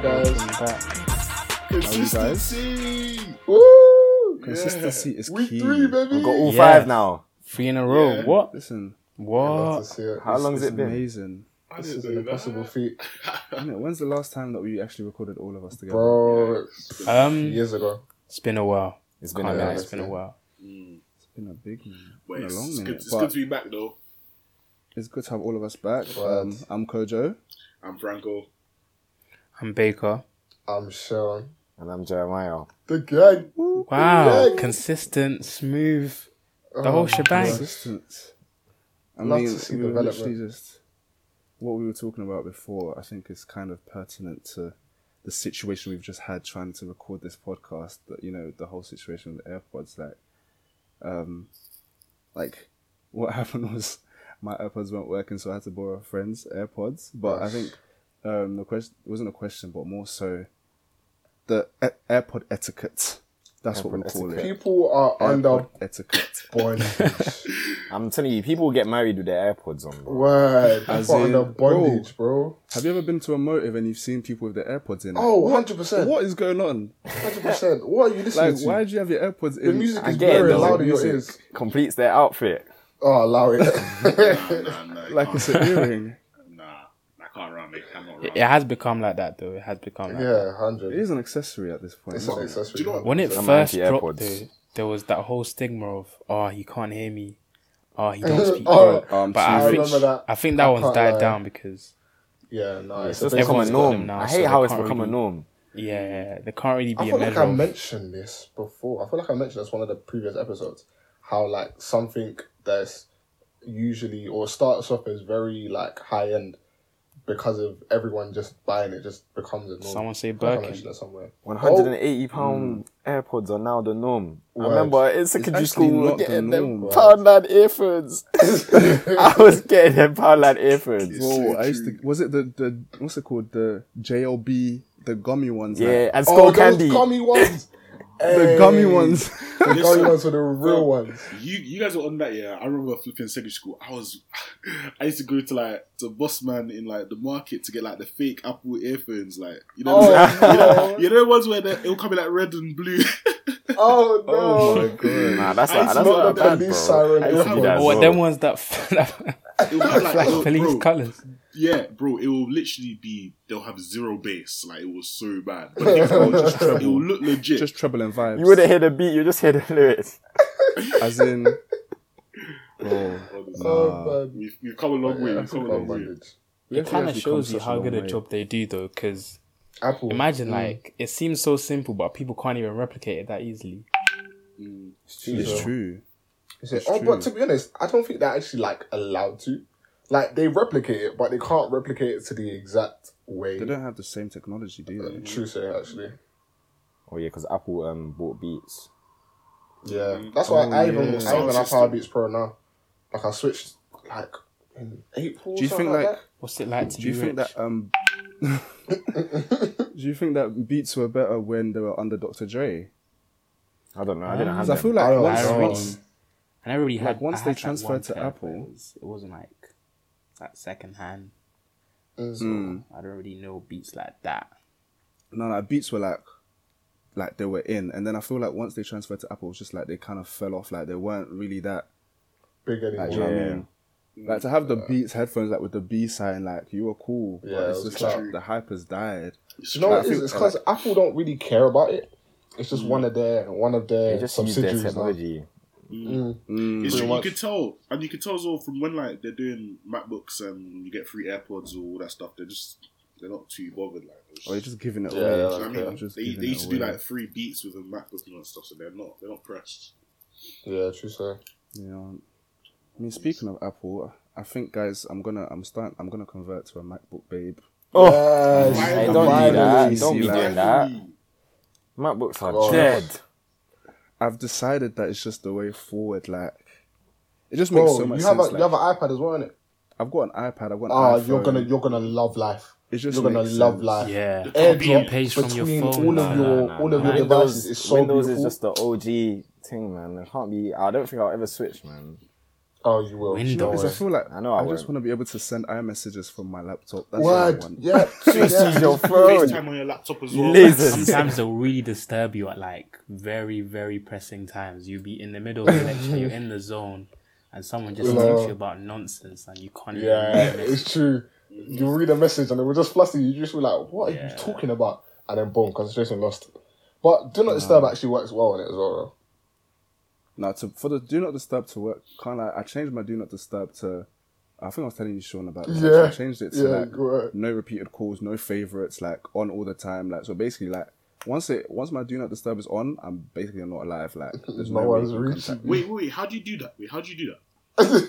Oh back. Consistency. Woo! Consistency is Week key. three, baby. We've got all Yeah. five now. Three in a row. Yeah. What? Listen, What? How long has It's it been? Amazing. I This didn't is do an that. impossible feat, Isn't it? When's the last time that we actually recorded all of us together? bro. Um, Years ago, it's been a while. It's been Can't a Oh, lie, minute. it's been a yeah. while. Mm. It's been a big minute. It's Wait, been a long it's, good, minute. it's but good to be back though. it's good to have all of us back. Word. Um, I'm Kojo. I'm Franco. I'm Baker. I'm Sean. And I'm Jeremiah. The gang. Wow. Yeah. Consistent, smooth. The Oh, whole shebang. gosh. Consistent. I Love mean, to see we were development. literally just what we were talking about before. I think is kind of pertinent to the situation we've just had trying to record this podcast. That you know, the whole situation with the AirPods. Like, um, like what happened was my AirPods weren't working, so I had to borrow a friend's AirPods. But I think um, the question it wasn't a question, but more so the a- AirPod etiquette. That's what we AirPod call it. People are under AirPod etiquette. bondage. I'm telling you, people get married with their AirPods on. Bro. Word. People As are in, under bondage, bro. Have you ever been to a motive and you've seen people with their AirPods in? Oh, 100%. What is going on? 100%. What are you listening Like, to? why do you have your AirPods in? the music I is get it, very though. loud in your Music. ears. Completes their outfit. Oh, allow it. Nah, nah, nah, uh, you like can't- it's an earring. Nah, I can't run, mate. I'm not It, run. it has become like that though. It has become like that. yeah, It 100. is an accessory at this point. It's isn't not it? accessory. Do you know what? When it I'm first anti-AirPods. dropped, though, there was that whole stigma of oh he can't hear me, oh he don't speak. Oh, well." um, but I I, think remember that. I think that I one's can't died lie. down because Yeah, no, it's So it's a bit- become a everyone's got them norm. now, I so hate they how it's can't become a really- norm. yeah, there can't really I be a feel like measure. I of- mentioned this before. I feel like I mentioned this one of the previous episodes. How like something that's usually or starts off as very like high end because of everyone just buying it just becomes a norm. Someone say I feel like I Birkin. mentioned that somewhere. 180 pound AirPods are now the norm. Word. I remember in secondary actually school not the getting norm, them bro. Poundland earphones. I was getting them Poundland earphones. Bro, I used to. Was it the the what's it called? The JLB, the gummy ones. like- Yeah, and skull oh, those candy. gummy ones. the Hey, gummy ones. The gummy ones were the real ones. You you guys were on that, yeah. I remember flipping secondary school. I was, I used to go to like the Bossman in like the market to get like the fake Apple earphones, like you know, Oh, you know, no. you know ones where they- it'll come in like red and blue. Oh no! Oh my god. Mm, Nah, that's I not, used to that's smoke not the bad, bro. police siren I used to do earphones. that as Oh, what, well. them ones that that It'll have like, flash it'll- police bro, colours. Yeah, bro, it will literally be. They'll have zero bass. Like it was so bad, but it will just it will look legit. Just treble and vibes. You wouldn't hear the beat, you just hear the lyrics. As in. Bro, Honestly. nah. Oh, man. we've, we've come a long way. Yeah, We've that's come a about long way. bondage. We It actually kind have of become shows you such a how long good a way. job they do though, because Apple. Mm. imagine like it seems so simple, but people can't even replicate it that easily. It's true. Is it? It's Oh, but true. to be honest, I don't think they're actually like allowed to. Like they replicate it, but they can't replicate it to the exact way. Mm, They don't have the same technology, do they? True say actually. Oh yeah, because Apple um bought Beats. Yeah, that's why Oh, I yeah. even I even have System. Power Beats Pro now. Like I switched like in April. Do you something think, like- What's it like to Do you be think rich? that um? do you think that beats were better when they were under Dr. Dre? I don't know. I didn't have Because I them. feel I like don't once, know. once And I really Like, had once I they had, one transferred to pair, but Apple- it, was, it wasn't like that second hand. Mm. So hmm. I don't really know beats like that. no, no, beats were like, like they were in, and then I feel like once they transferred to Apple, it's just like they kind of fell off. Like they weren't really that. big anymore? Like, do you know what I Yeah. mean? Like to have the Beats headphones, like with the B sign, like you were cool, Yeah, but it it's was just like true. the hype has died. Do you know what I Hmm. it is? think- It's because Apple don't really care about it. It's just one of their one of They their just use their subsidiaries now. technology. Mm. Mm. It's Pretty true, you much. could tell, and you could tell as well from when like they're doing MacBooks and you get free AirPods or all that stuff. They're just they're not too bothered like. it's Or you're just- just giving it Yeah, away. yeah, do you know what I mean, okay. Just they, giving they it used to do away. like free beats with a MacBook and all that stuff, so they're not they're not pressed. Yeah, true sir. You know, I mean, speaking of Apple, I think guys, I'm gonna, I'm starting, I'm gonna convert to a MacBook, babe. Oh. Yes, Hey, the don't do finally. that. Don't be see, doing like- that. Finally. MacBooks are God. dead. I've decided that it's just the way forward. Like, it just makes Bro, so much you have a, sense. you like, have an iPad as well, innit? I've got an iPad. I've got an Ah, iPhone. you're gonna you're gonna love life. It just you're gonna makes love sense. life. Yeah. Airdrop Page from your between phone. all Nah, of nah, your Nah, all nah. of your devices Windows, is so Windows beautiful. is just the OG thing, man. It can't be. I don't think I'll ever switch, man. Oh, you will. Windows. Because I feel like I I know I just won't. want to be able to send iMessages from my laptop. That's Word. what I want. Yeah. Just use your phone. FaceTime on your laptop as well. Listen. Sometimes they'll really disturb you at like very, very pressing times. You'll be in the middle of the lecture, you're in the zone, and someone just Lol. talks you about nonsense and you can't even Yeah, remember. it's true. You read a message and it will just fluster you. You just be like, "What are Yeah. you talking about?" And then boom, concentration lost. But do not disturb actually works well on it as well. Now, to, for the do not disturb to work, can't I? I changed my do not disturb to. I think I was telling you, Sean, about this. Yeah. I changed it to Yeah, like right. no repeated calls, no favorites, like on all the time. Like so, basically, like once it once my do not disturb is on, I'm basically not alive. Like there's no, No way one's you can reaching contact me. Wait, wait, wait. How do you do that? Wait, how do you do that?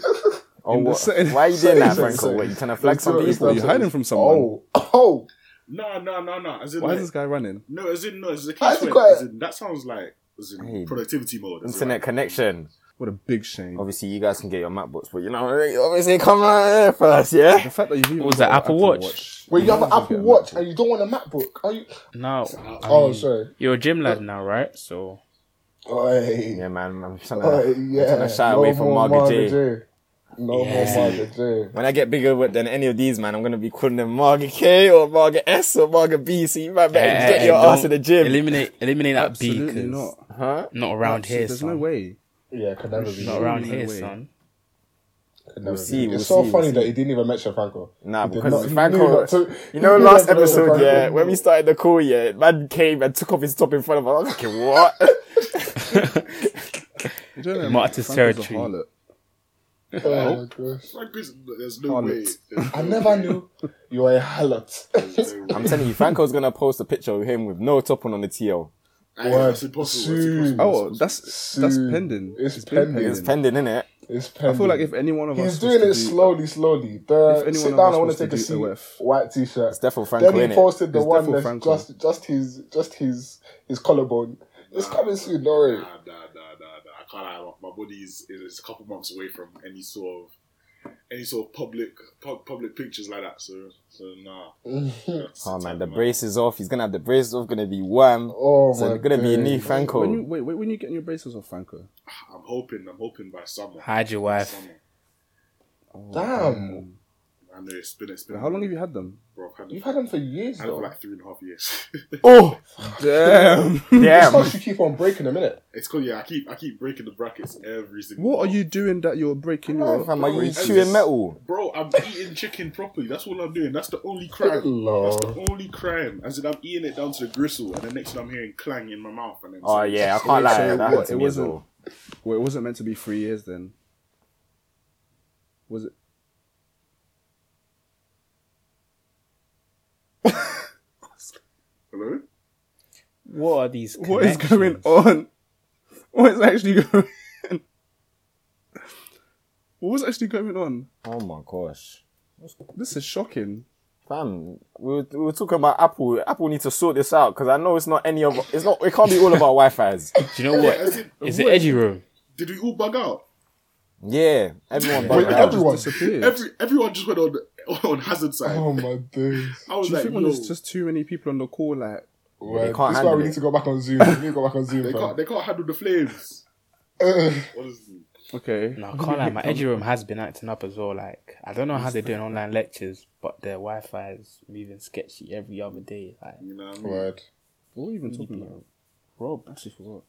Oh, In the what? setting- Why are you doing that, setting- Franco? What, you trying to flex Zero on people? Are you disturb- hiding from someone? Oh, oh, No, no, no, no. As in, Why like, is this guy running? no, as in, no, as in, Why is as he in, quiet? as in that sounds like as in Hey, productivity mode. as in, Internet connection. What a big shame. Obviously, you guys can get your MacBooks, but you know, obviously, come right here first, yeah. The fact that you've even was got that, an Apple Watch? wait, you have might as an well Apple get a Watch MacBook. and you don't want a MacBook? Are you? No, I Oh, mean, sorry. You're a gym lad now, right? So Oi, Yeah, man. I'm trying oi, to, yeah. shy away from more Margaret Margaret J. J. No Yeah. more Margaret J. When I get bigger with- than any of these, man, I'm gonna be calling them Margaret K or Margaret S or Margaret B. So you might better Eh, get eh, your don't ass in the gym, Eliminate, eliminate that B. Absolutely 'cause not. huh? Not around Absolutely- here, There's son. no way. Yeah, could never be. Not around No here, way. son. Could never We'll see, be. we'll it's so see, funny we'll that see. he didn't even mention Franco. Nah, He did because not- he Franco- knew not to- You know, he knew not last to mention episode, Franco. yeah, when we started the call, yeah, man came and took off his top in front of us. I was like, what? You don't know, Martyrs Franco's a territory. harlot. Oh my gosh. Frank is- there's no Harlot. way. There's I no never way. knew you were a harlot. There's no way. I'm telling you, Franco's gonna post a picture of him with no top on on the TL. Aye, Word. that's impossible. That's Soon. impossible. Oh, that's that's Soon. pending. It's been pending. It's pending, innit? It's I feel like pending. if any one of us he's was doing to it do- slowly, slowly. The, If anyone sit of us down. I want was to take to a do seat. OF. White t-shirt. It's defo Franco, Then he innit? posted the It's one Defo that's Franco. just just his just his his collarbone. It's coming soon, don't worry. Nah, nah, nah, nah, nah. I can't lie. My my body is, is a couple months away from any sort of any sort of public pub, public pictures like that. So, so nah. Oh man, the brace is off. He's gonna have the braces off. Gonna be wham. Oh so my it's gonna be a days. new Franco. When you wait, wait, when you getting your braces off, Franco? I'm hoping. I'm hoping by summer. Hide your By wife. summer. Oh, Damn. I know it's been it's been. How long have you had them? Bro, I've had You've it had them for years had it for though. like three and a half years. oh Damn. It's damn! because you keep on breaking them, innit? it's cool. Yeah, I keep I keep breaking the brackets every single. what are month. you doing that you're breaking your? Fam, are you Braces. chewing metal? Bro, I'm eating chicken properly. That's all I'm doing. That's the only crime. That's Lord. the only crime. As in, I'm eating it down to the gristle, and the next thing I'm hearing clang in my mouth. And then Oh yeah, I can't Wait, lie. so that what, happened to it me as wasn't- well. Well, it wasn't meant to be three years then. Was it? Hello. What are these? What is connections? going on? What is actually going? on? What was actually going on? Oh my gosh, This is shocking. fam. We were, we were talking about Apple. Apple need to sort this out because I know it's not any of it's not. It can't be all about Wi-Fi's. Do you know what? As in, It's the edgy room. did we all bug out? Yeah, Wait, everyone. bugged out. everyone. Just disappeared. Every everyone just went on on hazard side. Oh my days. I was Do you like, think when yo, there's just too many people on the call, like Word. they This can't is why handle we it. need to go back on Zoom. We need to go back on Zoom. they can't fam. they can't handle the flames. What is it? okay, No, I can't lie. My edgy room has been acting up as well. Like I don't know how they're doing online lectures, but their Wi-Fi is moving sketchy every other day. Like, You know what I mean? Word. what were we even Mm-hmm. talking about? Rob, I actually forgot.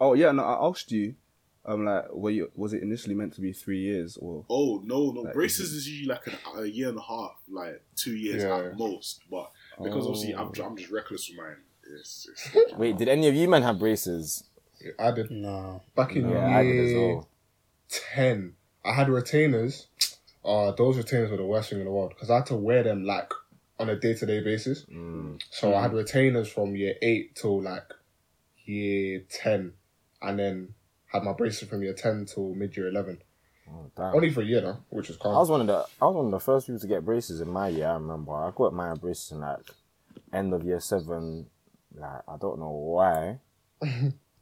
Oh yeah, no, I asked you. Um, like, were you was it initially meant to be three years or? Oh no, no Like, braces is usually like an, a year and a half, like two years Yeah. at most. But because obviously Oh. I'm, I'm just reckless with mine. It's, it's, Wait, did any of you men have braces? I did no, back in Yeah, I did Mm. as year well. 10, I had retainers. Uh, those retainers were the worst thing in the world because I had to wear them like on a day to day basis. Mm. So I had retainers from year 8 till like year 10, and then had my braces from year 10 till mid year 11. Oh, damn. Only for a year though, which is calm. I was one of the I was one of the first people to get braces in my year. I remember I got my braces in like end of year seven. Like I don't know why,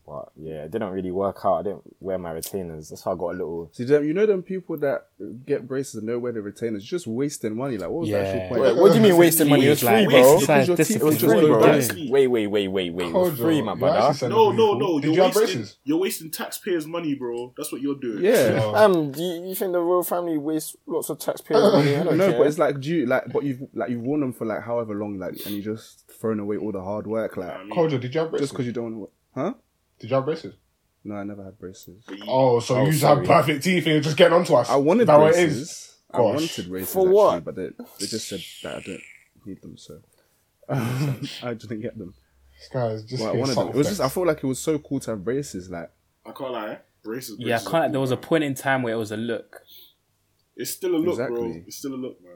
But yeah, it didn't really work out. I didn't wear my retainers. That's how I got a little. See, them, you know them people that get braces and know where the retainers just wasting money. Like, what was the Yeah. actual point? Wait, what do you mean wasting money? It was free, bro. Because your teeth It was was just free, going bro. back. Wait, wait, wait, wait, wait. It was Kojo, free, my you brother. actually said No, we- no, no. Did You're you have wasting, braces? you're wasting taxpayers' money, bro. That's what you're doing. Yeah. No. Um, do you, you think the royal family wastes lots of taxpayers' money? I don't No, care. but it's like do you like, but you've like you've worn them for like however long, like, and you just thrown away all the hard work, like, I mean, Kojo, did you have braces? just because you don't want to. Huh? Did you have braces? No, I never had braces. but you- Oh, so Oh, you just have sorry. perfect teeth and you're just getting onto us. I wanted That what it is? braces. I Gosh. wanted braces For actually, what? but they, they just said that I don't need them, so I just didn't get them. This guy is just Well, I being wanted them. subtle It was just I there. felt like it was so cool to have braces, like. I can't lie. Braces. Yeah, I braces are can't. cool, There was a man. point in time where it was a look. It's still a look, bro. Exactly. It's still a look, man.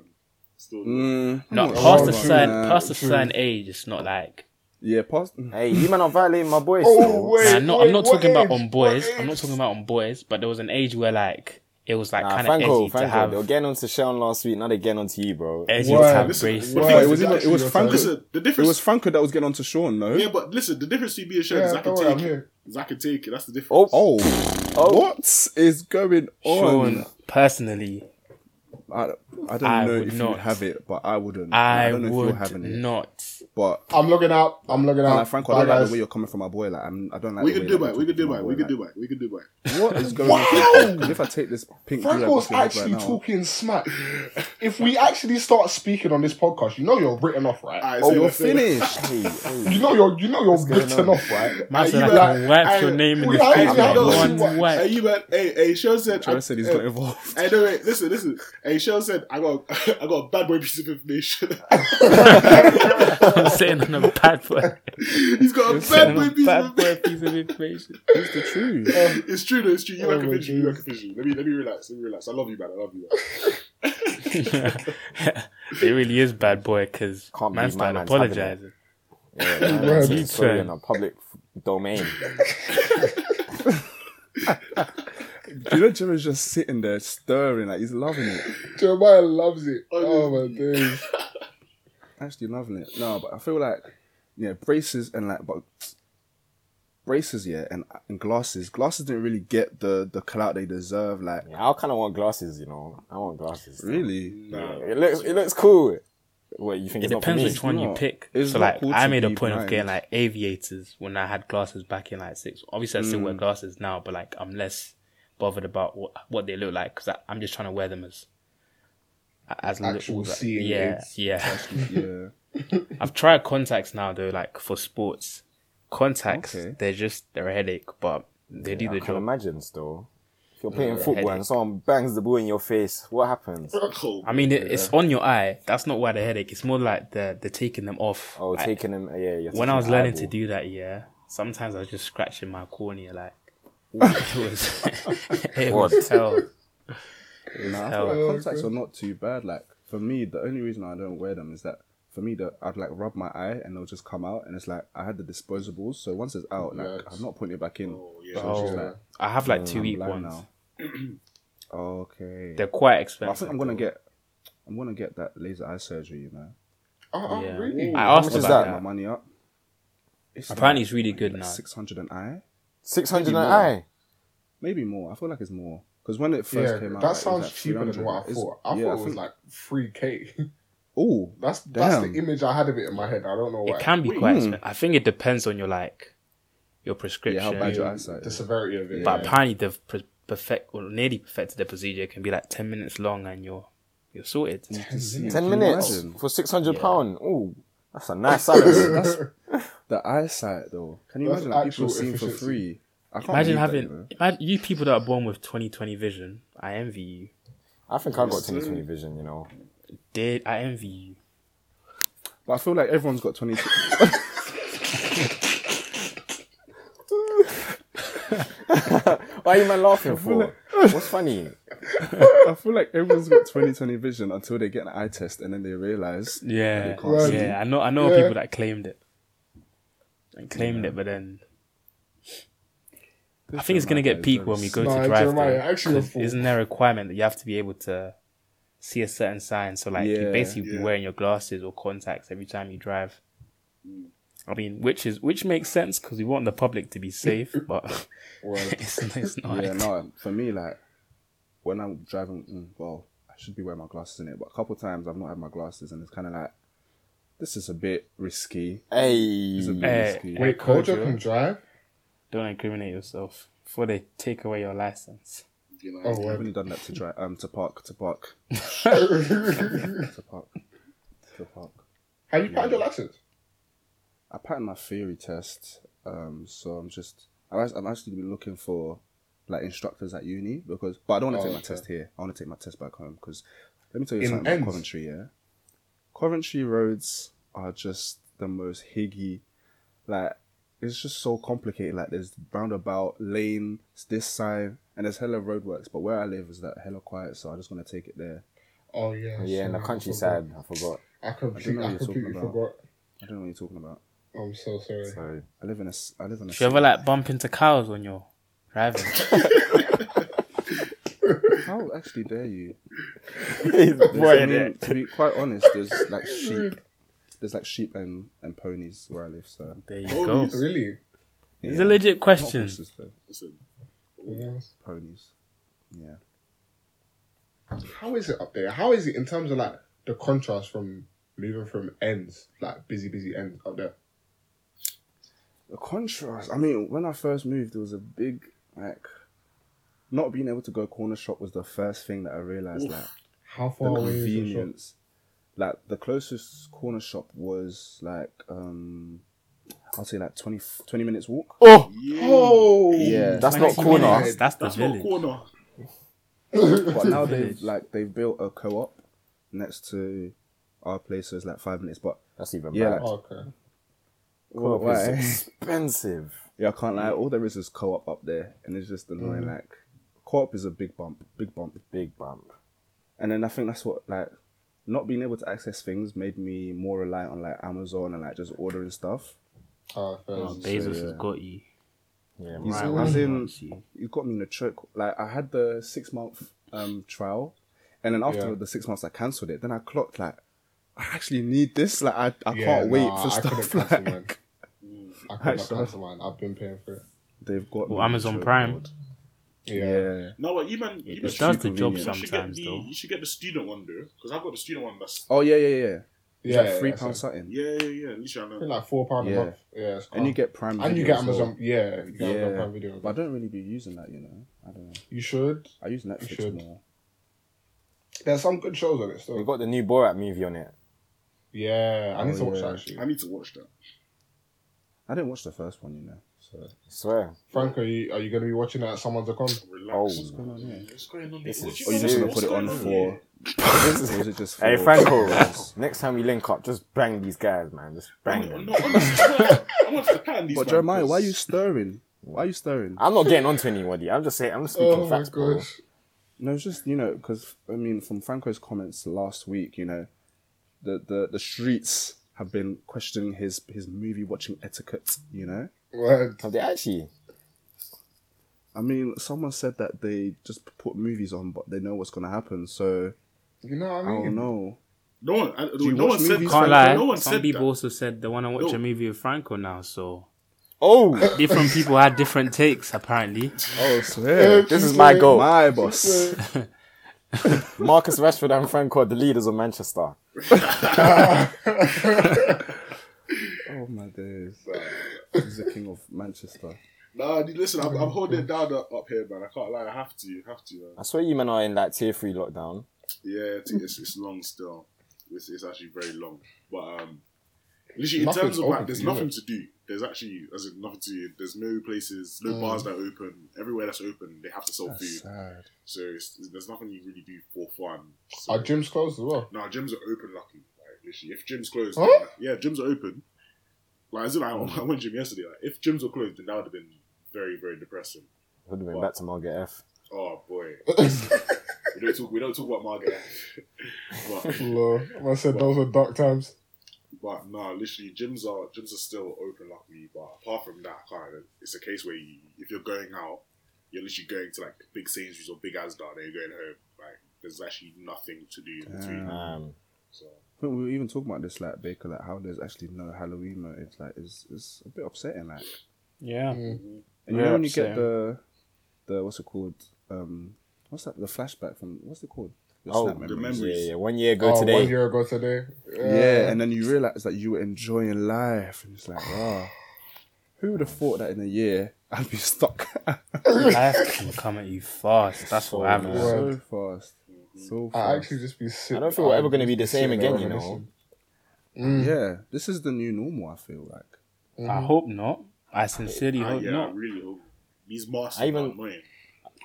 It's still a look. Mm, I'm No, not past sure a about certain, that. past a true. certain age, it's not like. Yeah, past. Hey, you man are violating my boys. Oh, still. wait. Nah, no, I'm not what talking about age? on boys. I'm not talking about on boys. But there was an age where like it was like Nah, kind of Franco, edgy to Franco, they were have getting onto Sean last week. Now they're getting onto you, bro. edgy Word, to have listen, braces. word. No, it Wow, was it's even, it actually was your Franco. turn. It Listen, the difference. was Franco that was getting onto Sean, no. yeah, but listen, the difference between me and Sharon Yeah, is I can don't worry, I'm take it. here. I can take it. That's the difference. Oh, Oh, Oh. what is going on? Sean, personally, I, I don't I know would if you not. have it, but I wouldn't. I, don't know if you're would having it, not. but I'm looking out. I'm looking out. like Franco, I Bye, don't like guys. the way you're coming from my boy. Like I'm, I don't like. we the can way do that that. We you're can do talking that. to We my can do boy, that. We can do that. like, What is going Wow! on? Because if I take this pink, glue that Franco's goes right actually now- talking smack. if we actually start speaking on this podcast, you know you're written off, right? Alright, Oh, say you're that, say that. finished. Hey, hey. you know you're you know you're written off, right? Man Hey, said you I man- can wipe hey, your name in we the are- face we are with those one who are- Hey, wipe. you man. Hey, hey, Sharon said. Trevor said he's hey, not involved. Hey, no, wait, listen, listen. Hey, Sharon said, I got, I got a bad boy piece of information. I'm sitting on a bad boy. He's got a bad sitting on boy a piece of bad boy information. piece of information. It's the truth. It's true, though. It's true. You Oh like a my vision. You days. like a vision. Let me, let me relax. Let me relax. I love you, man. I love you, man. it really is bad boy because Can't man believe my started man's having it. apologizing. Yeah, man, Word. it's sorry, in a public f- domain. Do you know Jerry's just sitting there stirring, like he's loving it, Jeremiah loves it. Oh my days. actually loving it. No, but I feel like yeah, braces and like but braces, yeah, and, and glasses. Glasses didn't really get the the clout they deserve. Like Yeah, I kind of want glasses, you know. I want glasses. really, Yeah, Nah. it looks it looks cool. What you think? It it's not for depends me? which one you not- pick. it's so not like, cool I to made a be point of blind. getting like aviators when I had glasses back in like six. Obviously, I still wear glasses now, but like I'm less bothered about what what they look like because I'm just trying to wear them as as Actual little. like- seeing yeah, aids. yeah. yeah. I've tried contacts now though, like for sports. Contacts, Okay. they're just they're a headache, but they do I the can job. imagine still. If you're playing football and someone bangs the ball in your face, what happens? Cool. I mean, it, it's on your eye. That's not why the headache. It's more like the the taking them off. Oh, Like, taking him. Yeah, you're when taking I was the learning to eyeball. do that, yeah, sometimes I was just scratching my cornea like it was it was hell. Nah, I feel like contacts are not too bad. Like for me, the only reason I don't wear them is that for me, that I'd like rub my eye and they'll just come out, and it's like I had the disposables, so once it's out, like Yikes. I'm not putting it back in. Oh, yeah. So it's just Oh. like, I have like two I'm week blind ones. now. okay. They're quite But I expensive. think I'm gonna get. I'm gonna get that laser eye surgery. You know, Oh, oh, Yeah. really? I asked much is about that? that. get my money up. It's Apparently, it's really good now. six hundred and I, Six hundred and Maybe I. maybe more. I feel like it's more because when it first Yeah, came out, that it sounds was like cheaper than 300. what I It's- thought. I yeah, thought it was think- like three K. oh, That's that's the Damn. image I had of it in my head. I don't know why. It can be Wait. quite Hmm. expensive. I think it depends on your like your yeah, how prescription. bad your Yeah, eyesight the is. severity of it. but yeah. apparently they've pre- perfect or nearly perfected the procedure. It can be like ten minutes long, and you're you're sorted. Mm. Ten Can you minutes imagine? for six hundred Yeah. pound. Ooh, that's a nice salary. That's the eyesight, though. Can you That's imagine like, people actual seeing for efficiency. free? I can't Imagine believe that, having you know. imagine, you people that are born with 20/20 vision. I envy you. I think I got 20/20 vision. You know. Did I envy you? But I feel like everyone's got twenty. Why are you man laughing for? What's funny? I feel like everyone's got 20/20 vision until they get an eye test and then they realize. Yeah, Right. yeah. I know. I know of Yeah. people that claimed it and claimed it, but then I think it's gonna get peak when we go Nah, to drive. Jeremiah, though, actually a 'cause fool. isn't there a requirement that you have to be able to see a certain sign? So like you Yeah, basically be yeah. Mm. wearing your glasses or contacts every time you drive. I mean, which is which makes sense because we want the public to be safe, but it's, it's not. Yeah, no, for me, like, when I'm driving, mm, well, I should be wearing my glasses in it, but a couple times I've not had my glasses, and it's kind of like, this is a bit risky. This is a Hey, bit Eh, risky. eh. Wait, Kojo can drive? Don't incriminate yourself before they take away your license. You know, Oh, I've word. only done that to drive, um, to park, to park, to park, to park. Have you found your license? I patterned my theory test, um, so I'm just I'm act- I'm actually been looking for like instructors at uni because, but I don't want to Oh, take my okay. test here. I want to take my test back home because let me tell you In something about Ends? Coventry. Yeah, Coventry roads are just the most higgy. Like it's just so complicated. Like there's roundabout lane, it's this side, and there's hella roadworks. But where I live is that hella quiet, so I just want to take it there. Oh, yeah. yeah, in the sorry, I countryside. I forgot. forgot. I completely, know what I you're talking completely about. forgot. I don't know what you're talking about. I'm so sorry. Sorry. I live in a s- I live in a. Do you ever like bump into cows when you're driving? How actually dare you? He's There's- I boy, mean, yeah. to be quite honest, there's like sheep. There's like sheep and, and ponies where I live, so There you Oh, go. yes. Really? It's a legit Not question. horses, though, listen, Yes. ponies. Yeah. How is it up there? How is it in terms of like the contrast from moving from ends, like busy, busy ends up there? The contrast. I mean, when I first moved, there was a big like not being able to go corner shop was the first thing that I realized. Oof. Like How the far away is the shop? convenience. Like the closest corner shop was like um, I'll say like 20, 20 minutes walk. Oh, yeah, Oh Yeah. that's not 20 corner. minutes, That's the that's not village. corner. But now Village. they've like they've built a co-op next to our place, so it's like five minutes. But That's even Yeah, like- bad. Oh, okay. Co-op Why? is expensive. Yeah, I can't lie. All there is is co-op up there, and it's just annoying. Mm. Like co-op is a big bump, big bump. Big bump. And then I think that's what like not being able to access things made me more reliant on like Amazon and like just ordering stuff. Oh, fair. Oh, Bezos yeah. has got you. Yeah, He's Right, always right. in. You got me in a trick. Like I had the six month um trial, and then after Yeah. the six months, I cancelled it. Then I clocked like I actually need this. Like I, I Yeah, can't wait nah, for I stuff. couldn't cancel mine. like, I I could not saw- cancel mine. I've been paying for it. they've got me Well, in a Amazon chokehold. Prime. Yeah. No, but even even It does the convenient. You job You should get sometimes, the though. you should get the student one though, because I've got the student one. That's Oh yeah, yeah, yeah. It's Yeah. like three yeah, pounds so- something. yeah, yeah, yeah. At least I I think know. like four pound a Yeah. month. Yeah. It's And you calm. get Prime. and Video you get as well. Amazon. Yeah. You get Amazon Yeah. Prime Video. But I don't really be using that, you know. I don't know. You should. I use Netflix should. more. There's some good shows on it We still. got the new Borat movie on it. Yeah. I need Oh, to watch yeah. that actually. I need to watch that. I didn't watch the first one, you know. So I swear. Frank, are you are you gonna be watching that at someone's account? Relax. Oh. What's going on here? What's going on here? This What is- or you guys- Oh, just gonna what's put it going on here? for? or is it just? For Hey Franco, next time we link up, just bang these guys, man. Just bang No, them. no, honestly, I'm not- I'm not gonna pan these But man, Jeremiah, why are you because- stirring? Why are you stirring? I'm not getting onto anybody. I'm just saying. I'm just speaking Oh my facts, bro. gosh. No, it's just you know because I mean from Franco's comments last week, you know, the the the streets have been questioning his his movie watching etiquette. You know, Word. Have they actually? I mean, someone said that they just put movies on, but they know what's gonna happen. So You know what I I mean? don't know. No one, I, you no watch one said movies? Can't Franco, lie. No one Some said people that. also said they want to watch No. a movie with Franco now. So Oh, different people had different takes. Apparently, Oh, swear. this is my goal. My boss. Marcus Rashford and Franco are the leaders of Manchester. Oh my days. He's the king of Manchester. Nah, dude, listen, I'm, I'm holding it down up, up here, man. I can't lie. I have to. Have to. Man. I swear you men are in like tier three lockdown. Yeah, it's, it's, it's long still. It's, it's actually very long. But um, literally, in Nothing's terms of open like, there's to you, eh? nothing innit? to do. There's actually as in nothing to do. There's no places, Mm. no bars that open. Everywhere that's open, they have to sell That's food. sad. So it's, there's nothing you really do for fun. So, Our gym's closed as well. no, gyms are open. Lucky, like literally, if gyms closed, Huh? then- yeah, gyms are open. Like as in, I, I went gym yesterday. Like, if gyms were closed, then that would have been very, very depressing. Would have been back to Margaret F. Oh boy, we don't talk. We don't talk about Margaret. but Lord, I said those were dark times. But no, literally, gyms are gyms are still open, luckily. But apart from that, I can't, it's a case where you, if you're going out, you're literally going to like big Sainsbury's or big Asda, then you're going home. Like there's actually nothing to do in between. Damn. Um, So I think we were even talking about this, like Baker, like how there's actually no Halloween motives, like is is a bit upsetting, like. Yeah. Mm. And you Very know when you get upsetting. the, the what's it called? Um, what's that? The flashback from what's it called? Your Oh, snap the memories. memory. Yeah, yeah. One year ago oh, today. one year ago today. Uh, Yeah, and then you realize that you were enjoying life, and it's like, wow, who would have thought that in a year I'd be stuck Life can come at you fast. That's what happens. yeah. so fast, so I fast? actually just be sick. I don't feel we're ever I'd gonna be the just same sitting there again, you know. reminiscing. Mm. Mm-hmm. yeah, this is the new normal. I feel like. I hope not. I sincerely I, hope Uh, yeah, I not. really hope. These masks I are even- annoying.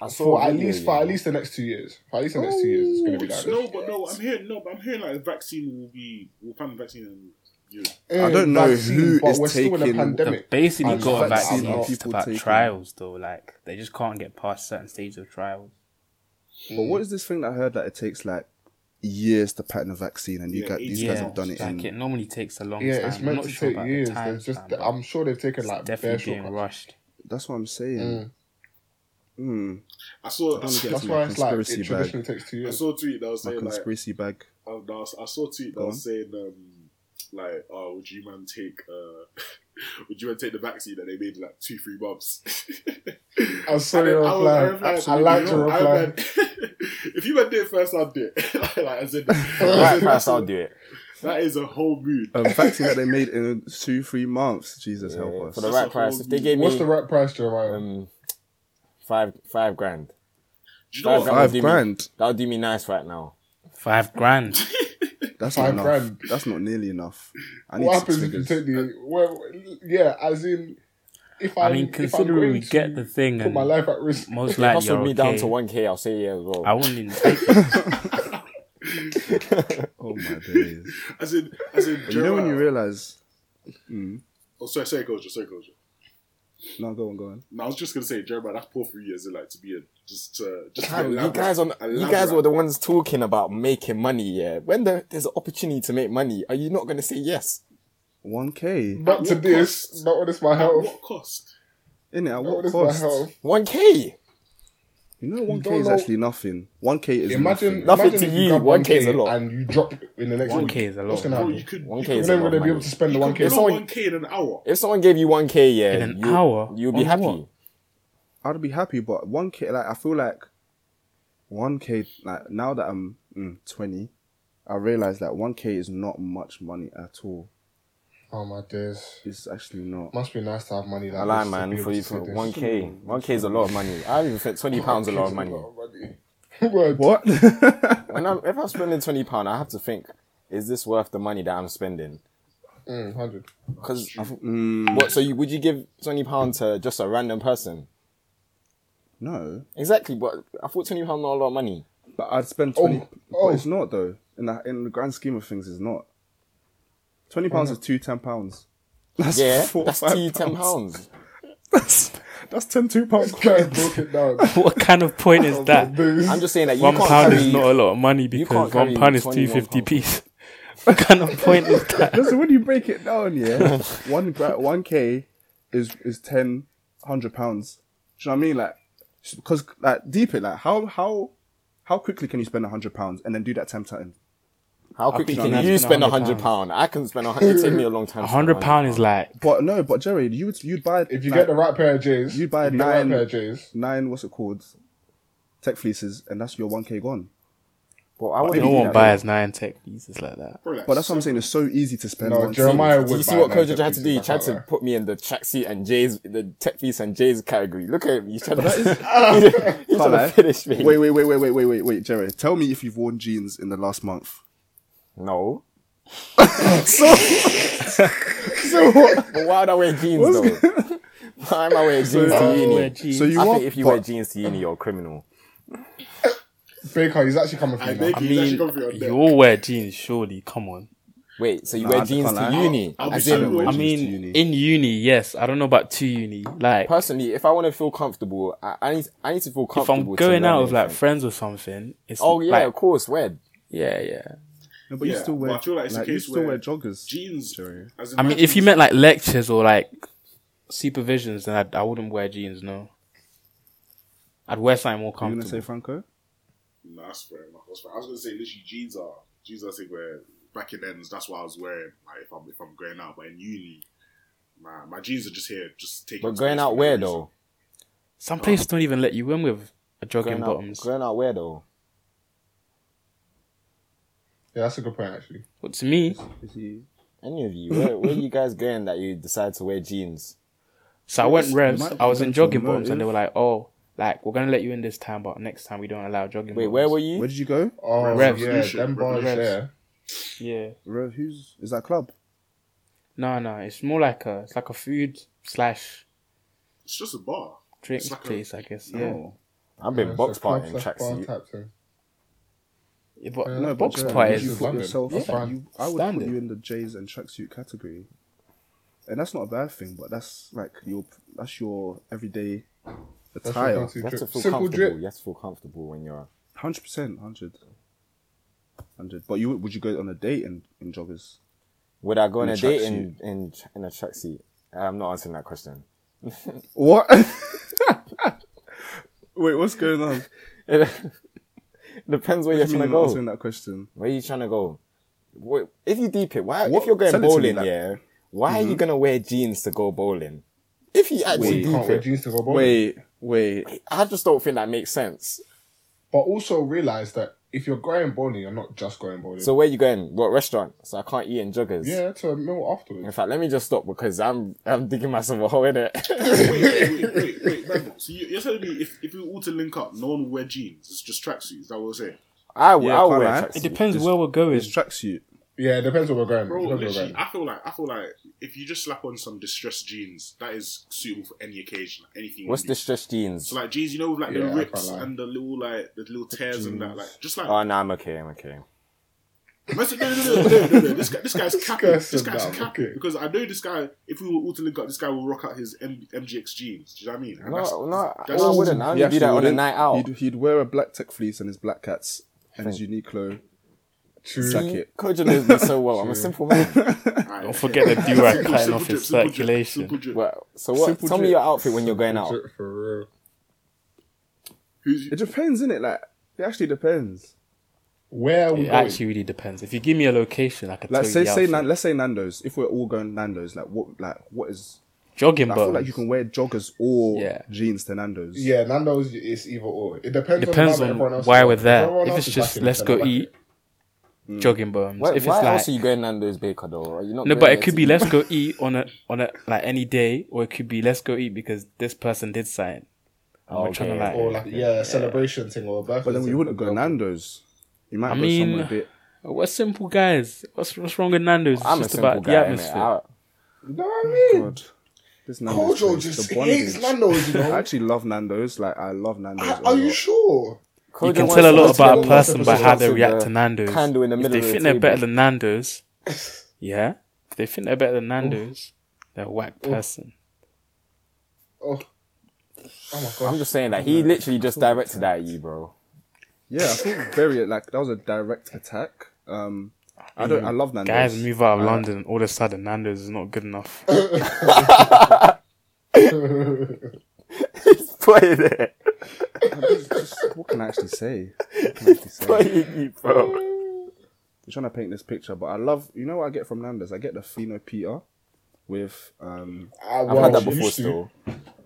I saw For a at video, least you for know. at least the next two years. For at least the next two years, it's gonna be like this. No, but no, I'm hearing no, but I'm hearing like the vaccine will be we'll find the vaccine in Europe. I don't know who Eh, but is we're still in a taking They pandemic. basically I'm got a not- I'm vaccine not off people about taking- trials though. Like they just can't get past certain stages of trials. But what is this thing that I heard that it takes like years to patent a vaccine, and you Yeah, got these yeah, guys have done it like in it normally takes a long Yeah, time. it's I'm meant not to sure take about years. the time. There's just span, but I'm sure they've taken it's like bare definitely being shortcuts. rushed. That's what I'm saying. Mm. Mm. I saw I Don't saw, get- That's It's why my it's like conspiracy it bag. traditionally takes two I years. saw a tweet that was My saying like conspiracy bag. Um, that was, I saw a tweet that Go was saying, um, like, oh, would you man take, uh, would you man take the vaccine that they made in, like two, three months? I saw And then your I was- reply. I replied, Absolutely I like your no, I reply. meant- if you man did it first, I'll do it. like, I said, Right past, I'll do it. that is a whole mood. A vaccine that they made in two, three months. Jesus Yeah, help us. For the That's right a price. whole If they new- gave me What's the right price, Jeremiah? um five five grand, Do you know Five what? Five That would do me- grand. that'll do me nice right now. Five grand. That's Five not grand. enough. That's not nearly enough. I need what six happens if you figures. take the? Well, yeah, as in, if I I'm, mean, if I'm considering going we get to the thing put my and life at risk, most If it likely hustled you're me okay, down to one k, I'll say yeah as well. I wouldn't even take it. Oh my days. I said, I said, But you know when you Jeremiah- realize. Mm. Oh, sorry, sorry, culture, sorry, culture. No, go on, go on. No, I was just gonna say, Jeremiah, that's poor for you, as in, like, to be a, just, uh, just to Damn, be you elaborate- guys on you guys elaborate. were the ones talking about making money. Yeah, when the, there's an opportunity to make money, are you not going to say yes? One k. not to what this, cost? not when it's my At health, what cost? In it at not when what it's cost? Oh, my health. One k, You know, one k don't is know- actually nothing. One k is nothing. Imagine, Nothing imagine to if you, grab 1K is a lot. and you drop in the next One week. k is a What's lot. gonna Bro, happen? you could, One you K could is You're a never lot gonna of be able money. to spend the You one could k. blow someone- 1k in an hour. if someone gave you one k, yeah, In an you, hour? you'll be On happy. what? I'd be happy, but one k. Like I feel like one k. Like now that I'm mm, twenty, I realize that one k is not much money at all. Oh my days! It's actually not. Must be nice to have money. Like I lie, this to be man. able For to you, say for this. one k, one k is a lot of money. I even think twenty pounds a lot of money. Word. What? When I'm, if I'm spending twenty pound, I have to think: Is this worth the money that I'm spending? Mm, Hundred. Because Mm, what? So you would you give twenty pound to just a random person? no, Exactly, but I thought twenty pound not a lot of money. but I'd spend Oh, twenty. oh. But it's not though. In the in the grand scheme of things, it's not. Twenty Mm. pounds is two ten pounds. That's Yeah, four, that's five two ten pounds. That's that's ten two pound This guy coins. broke it down. what kind of point is that? This- I'm just saying that you One can't pound carry, is not a lot of money because can't one carry pound is 21 two fifty pounds. piece. What kind of point is that? so when you break it down, yeah, one gra- one k is is ten hundred pounds. Do you know what I mean? Like, because like deep it, like how how how quickly can you spend hundred pounds and then do that ten times? How quickly think can I you can spend a spend hundred pound? I can spend a hundred. It take me a long time. A to hundred spend pound is like But no, but Jerry, you would you'd buy If you like, get the right pair of J's, You buy if get the right nine- pair of J's. nine what's it called tech fleeces, and that's your one k gone. Well, I no wouldn't one do that. buys nine tech pieces like that. Bro, like, But that's what I'm saying. It's so easy to spend. No, 1K. Jeremiah Do would. you see buy what nine Coach tech tried to do? He pieces, I tried can't to lie. put me in the tracksuit and J's, the tech piece and J's category. Look at him. He's trying to, he's Can't trying lie. to finish me. Wait, wait, wait, wait, wait, wait, wait, wait, Jerry. Tell me if you've worn jeans in the last month. No. So what? But why would I wear jeans though? why am I wearing jeans to uni? So you I are, think if you but- wear jeans to uni, you're a criminal. Baker, he's actually coming I from. think I he's actually mean, coming for you your neck. all wear jeans, surely. Come on. Wait, so you Nah, I wear can't jeans to lie. uni? I'll be As so in, rude. I Jeans mean, to uni. in uni, yes. I don't know about two uni. Like, personally, if I want to feel comfortable, I, I need I need to feel if comfortable. I'm to going learn out with like anything. friends or something, it's oh yeah, like, of course, wed. yeah, yeah. No, but you Yeah, still wear. but I feel like it's a you case still where wear joggers. Jeans. Jerry. as in I mean, my if you jeans- meant like lectures or like supervisions, then I, I wouldn't wear jeans. No, I'd wear something more Are you gonna comfortable. say Franco? Nah, that's fair enough. That's fair. I was gonna say literally jeans are jeans. are I think where bracket ends, that's what I was wearing. Like if I'm if I'm going out, but in uni, my my jeans are just here, just taking. But space going for out no where reason. though? Some places don't even let you in with a jogging Going out, bottoms. going out where though? Yeah, that's a good point actually. But to me, Is he? Any of you? Where, where you guys going that you decide to wear jeans? so I went Yes, revs. might be I was in better jogging than bottoms, and they motive. were like, "Oh, like we're gonna let you in this time, but next time we don't allow jogging." Wait, bottoms. where were Where you? did you go? Oh Rev. yeah, them bars Rev. there. Yeah, Where, who's is that club? no, no. It's more like a it's like a food slash It's just a bar. drink It's like a- place, I guess. Yeah. No. I've Yeah, been it's box a club partying slash bar tracksuit. type thing. Yeah, but Yeah, No, but box Joe, parties. You is put London. yourself, That's fine. you, I would Standard. put you in the J's and tracksuit category, and that's not a bad thing. But that's like your that's your everyday That's what attire. fancy You have to drip. feel Simple comfortable. drip. You have to feel comfortable when you're. Hundred percent, hundred. Hundred. But you would you go on a date in, in joggers? Would I go on In a a date in in in a tracksuit? I'm not answering that question. What? Wait, what's going on? Depends where What you're do you trying to mean go. I'm answering that question? Where you trying to go? Wh- If you deep it, why? What- If you're going sell it to me, bowling, like- Mm-hmm. yeah, why are you gonna wear jeans to go bowling? If you actually Wait. You can't deep wear it, jeans to go bowling. Wait, wait. I just don't think that makes sense. But also realize that if you're going bowling, you're not just going bowling. So where you going? What restaurant? So I can't eat in joggers. yeah, to a meal In afterwards. fact, let me just stop because I'm I'm digging myself a hole in Wait, it. wait, wait, wait, wait, man. So you, you're telling me if, if we were all to link up, no one will wear jeans. It's just tracksuits. Is that what I'm saying? I will. Yeah, I will can't wear lie. a It tracksuit. depends It's- where we're going. It's tracksuit. Yeah, it depends where we're going. Bro, It depends where we're literally, going. I feel like I feel like if you just slap on some distressed jeans, that is suitable for any occasion, like anything. What's you do. distressed jeans? So like jeans, you know, with like Yeah, I the can't rips lie. and the little like the little tears and that, like just like. Oh no, I'm okay. I'm okay. Mess- no, no, no, no, no, no, no. This, guy, this guy's capping. guy's This so guy's dumb, capping okay. because I know this guy. If we were all to link up, this guy will rock out his M- MGX jeans. Do you know what I mean? And No, that's- no, that's- I wouldn't. I He only do actually that on a wouldn't. night out. He'd, he'd wear a black tech fleece and his black cats and his Uniqlo True. jacket. Kojo knows me so well. I'm a simple man. Alright. Don't forget the do-rag Simple, cutting simple off drip, his simple drip, circulation. simple drip. Well, so what? Simple Tell me drip. your outfit when you're going out. Drip for real. Who's- It depends, innit? Like it actually depends. Where are we It going? actually really depends. If you give me a location, I could Like tell say you. say Say Nan- let's say Nando's. If we're all going Nando's, like what like what is? jogging I feel bottoms. like you can wear joggers or Yeah. jeans to Nando's. Yeah, Nando's is either or. It depends. Depends on, the vibe on everyone else why is we're on. there. everyone If else it's is just back in let's it, go then I'm eat, back Mm. jogging bottoms. Why, if it's why like else are you going Nando's Baker though? Are you not no, going but there it could to be eat? let's go eat on a on a like any day, or it could be let's go eat because this person did sign. And we're trying Okay. to like, in it. Or like yeah, a celebration thing or a birthday. But then you thing. wouldn't go Nando's. You might I go mean- somewhere a bit. we're simple guys. What's what's wrong with Nando's? It's I'm a just simple about guy. the innit? atmosphere. I- You know what I mean? God. This Nando's Kojo place, just the bondage. hates Nando's. You I know? actually love Nando's. Like I love Nando's. I- a Are you lot. sure? You Kojo can wants tell a to lot listen about to a the person by episode how they with react the to Nando's. Candle in the If middle they of the think they're better table. than Nando's, yeah. If they think they're better than Nando's, they're a whack person. Oh, oh my god. I'm just saying that he literally just directed that at you, bro. Yeah, I feel very like that was a direct attack. Um, I don't. I Mm. love Nando's. Guys move out of London, all of a sudden Nando's is not good enough. Ah, He's playing it. what can I actually say? What can I actually say? Playing you, bro. I'm trying to paint this picture, but I love. You know what I get from Nando's? I get the Fino Peter with. um I, I've had that you before used to. still.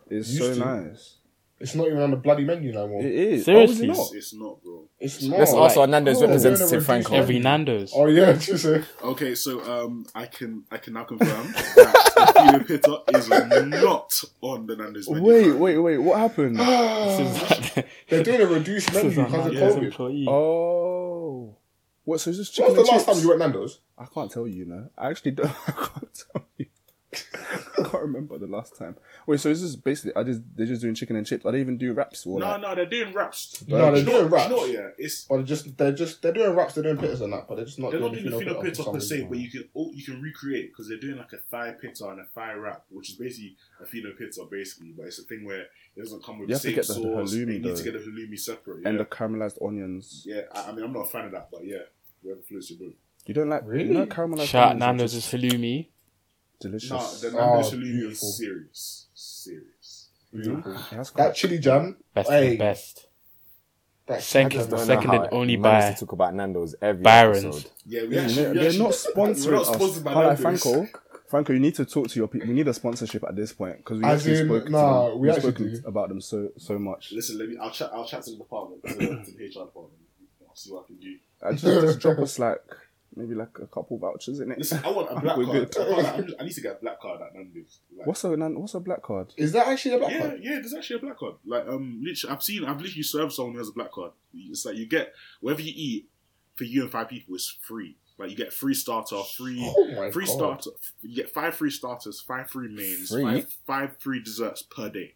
It's Used so to. nice. It's not even on the bloody menu no more. It is. Seriously? Oh, is It's, it it's not, bro. it's not. Let's ask our Nando's oh, they're doing a representative, reduced Franco. menu. Every Nando's. Oh yeah, just a, Okay, so um, I can I can now confirm that Filipino Pita is not on the Nando's not? menu. Wait, wait, wait! What happened? Ah. they're doing a reduced menu This is a because of Nando's COVID. employee. oh, what? So is this When chicken was the and last chips? time you went Nando's? I can't tell you, you know. I actually don't. I can't tell you. I can't remember the last time. Wait, so is this basically? Are just they're just doing chicken and chips? Are they even doing wraps or No, like? no, they're doing wraps. No, they're Do you know- doing wraps. do You know, what, yeah, it's Or they're just they're just they're doing wraps, they're doing pitters and that, but they're just not they're not doing doing the the fino fino pita pita for per some se, but reason. you can all you can recreate because they're doing like a thigh pita and a thigh wrap, which is basically a fino pita basically, but it's a thing where it doesn't come with You the have to same get the sauce. halloumi, you need to though. get the halloumi separate. Yeah, And the caramelized onions. yeah I, I mean, I'm not a fan of that, but yeah, whoever floats your boat. You don't like Really? You know caramelized Shout out onions are Nando's is Oh, just halloumi. delicious. No, the Oh, Nando's halloumi beautiful. is serious, serious. It has Mm-hmm. That quite- chili jam, Best Hey. of the best. That Second- Shaggy's Don't know second how and it only managed by to talk about Nando's every Byron's. episode. Yeah, we Yeah, actually, they're, we they're actually- not We're sponsoring not sponsored us. by But like, Nando's. Franco, Franco, you need to talk to your people. We need a sponsorship at this point because we As actually in, spoke to nah, them. we We've actually spoken do. about them so so much. Listen, let me. I'll chat. I'll chat to the department, to, to the HR department. I'll see what I can do. I Uh, just, just drop us like maybe like a couple vouchers in it. Listen, I want a black We're card. good. I, want, like, I'm just- I need to get a black card at Nando's. Like, What's a nan- what's a black card? Is that actually a black Yeah, yeah. yeah. There's actually a black card. Like, um, literally, I've seen. I've literally served someone who has a black card. It's like you get whatever you eat for you and five people is free. Like you get free starter, free. Oh my Free god. starter, you get five free starters, five free mains, Free? five five free desserts per day.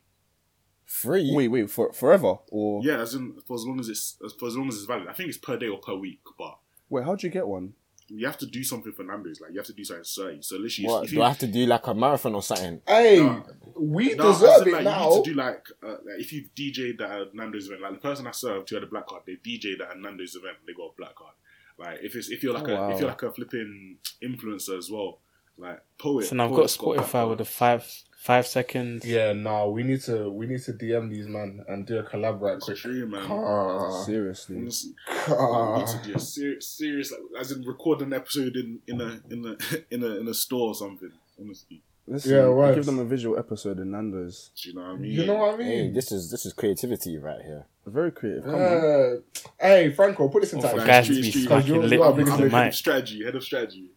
Free. Wait, wait, for forever or Yeah, as in for as long as it's as, for as long as it's valid. I think it's per day or per week, but wait? How do you get one? you have to do something for Nando's. Like you have to do something certain. So literally, What, if you, do I have to do like a marathon or something? Hey, Nah. we No, as deserve in, it like, now. You need to do like, uh, like if you DJed at a Nando's event, like the person I served who had a black card, they DJed at a Nando's event, they got a black card. Like if it's if you're like Oh, a wow. if you're like a flipping influencer as well, like poet. So now I've got poet's a black Spotify card. with the five five seconds. Yeah, no, we need to we need to DM these man and do a collab right It's quick. true, man. Ah, Seriously, Honestly, you need ah. to do a ser- serious, like, as in record an episode in, in a in a in a in a store or something. Honestly, Listen, Yeah, right. give them a visual episode in Nando's. do you know what I mean? You know what I Hey, mean? this is this is creativity right here. Very creative. Come on. Yeah. Hey, Franco, put this in Oh, for Like, guys to street- be street- fucking you're- lit you're our on biggest the I'm head of mic. strategy, head of strategy.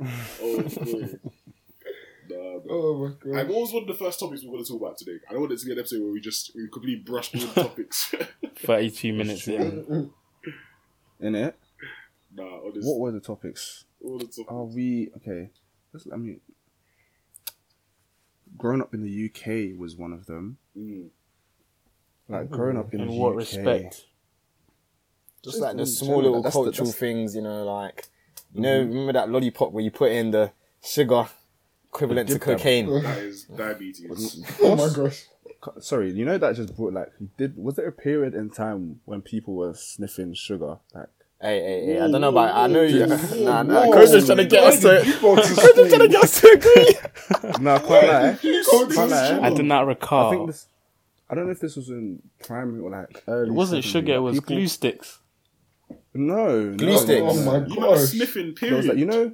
oh, boy. Nah, bro. Oh my I've god. always one of the first topics we're going to talk about today. I don't want it to be an episode where we just we completely brushed all the topics. Thirty two minutes in. In it, nah, honestly, what were the topics? all the topics. Are we okay? Let's, I mean, growing up in the UK was one of them. Mm. Like growing up in, In the what UK, respect? Just like the in general, small little that's the- cultural that's- things, you know, like you know, remember that lollipop where you put in the sugar equivalent to Dip them. cocaine? That is diabetes. Oh my gosh. Co- Sorry, you know that just brought like did was there a period in time when people were sniffing sugar? Like Hey, hey, hey! I don't know about. I know you. Nah, nah. Whoa, Coach is trying to get us where to. did you go to Coach is trying to get us to agree. no, quite like You go to Can't lie. school. I do not I recall. think this. I don't know if this was in primary or like early. it wasn't sugar. secondary. It was People- glue sticks. No, Glue no, sticks. no, Oh no. my You might have gosh. sniffing There period. was like you know,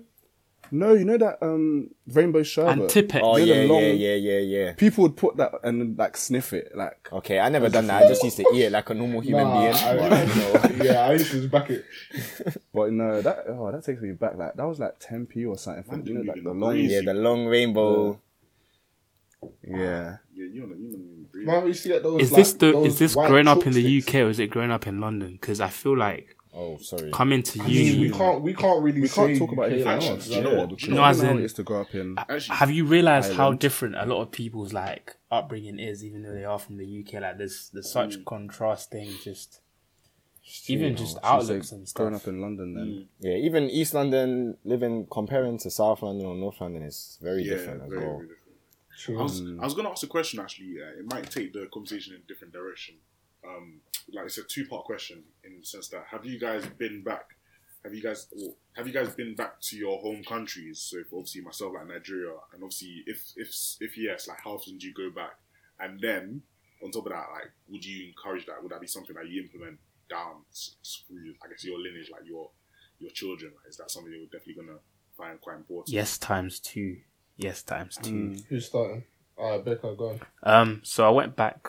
no, you know that um rainbow sherbet. And Tippex. Oh You know yeah, the yeah, long- yeah, yeah, yeah. People would put that and then, like sniff it, like Okay, I never done that. I just used to eat it like a normal human Nah, being. I- Yeah, I used to just back it. But no, that oh, that takes me back. Like that was like 10p or something. Man you know, didn't like even the long. breathe. Yeah, yeah, the long rainbow. yeah. yeah, you know, you know, you know. Man, we used to get those. Is like, this the those is this white growing up in the chopsticks. UK or is it growing up in London? Because I feel like Oh, sorry. coming to I mean, we uni. can't we can't really We can't say talk about UK anything like Actually, else. that. you know what? You No, know as how in- it is to grow up in. Actually, Have you realized how Ireland. different a lot of people's like upbringing is, even though they are from the UK? Like there's there's Mm. such contrasting, just even just outlooks and Growing stuff. up in London, then Yeah, even East London living comparing to South London or North London is very yeah, different as very, well. very different. True. I was, I was going to ask a question actually. Uh, it might take the conversation in a different direction. Um, like it's a two part question in the sense that have you guys been back? Have you guys or have you guys been back to your home countries? So if obviously myself like Nigeria, and obviously if if if yes, like how often do you go back? And then on top of that, like would you encourage that? Would that be something that you implement down s- s- through I guess your lineage, like your your children? Like, is that something you're definitely gonna find quite important? Yes times two. Yes times two. Hmm, Who's starting? Alright, Becca, go on. Um, so I went back.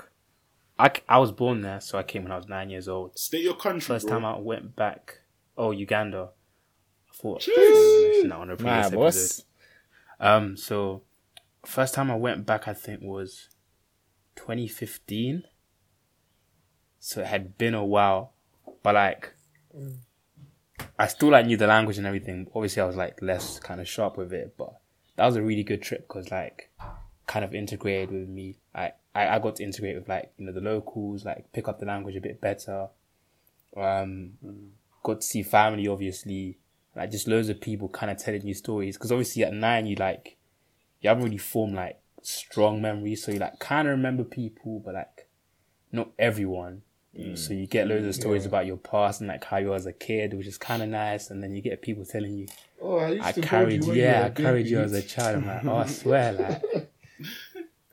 I, c- I was born there, so I came when I was nine years old. State your country. First bro. time I went back, oh Uganda. I thought Jeez. I mentioned that on a previous My episode. boss. Um, so first time I went back, I think was 2015. So it had been a while, but like, I still like knew the language and everything. Obviously, I was like less kind of sharp with it, but that was a really good trip because like, kind of integrated with me. I, I I got to integrate with like you know the locals, like pick up the language a bit better. Um, got to see family, obviously, like just loads of people kind of telling you stories. Because obviously at nine, you like you haven't really formed like strong memories, so you like kind of remember people, but like not everyone. So you get loads of Mm, stories about your past and like how you were as a kid, which is kind of nice. And then you get people telling you, Oh, I used I to build carried, you when yeah, I you were a carried you baby. as a child. I'm like, oh, I swear, like,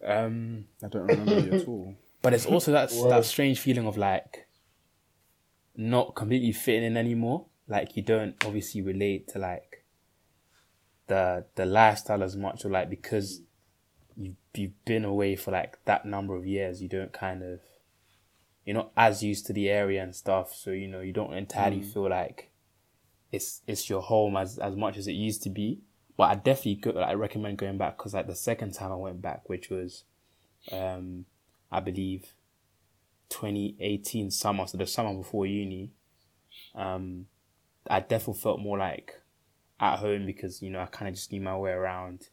um, I don't remember you at all. But it's also that Word. that strange feeling of like not completely fitting in anymore. Like you don't obviously relate to like the the lifestyle as much, or like because you you've been away for like that number of years, you don't kind of you're not as used to the area and stuff. So you know you don't entirely feel like it's it's your home as as much as it used to be. But I definitely go, like, I recommend going back because like the second time I went back, which was, um, I believe, twenty eighteen summer, so the summer before uni, um, I definitely felt more like at home because you know I kind of just knew my way around,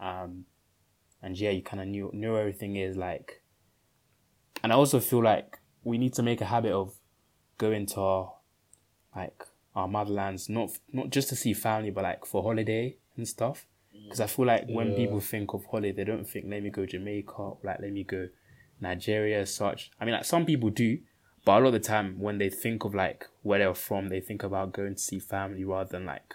um, and yeah, you kind of knew knew where everything is like. And I also feel like we need to make a habit of going to our like our motherlands, not not just to see family, but like for holiday and stuff. Because I feel like when people think of holiday, they don't think let me go Jamaica, or like let me go Nigeria, as such. I mean, like some people do, but a lot of the time when they think of like where they're from, they think about going to see family rather than like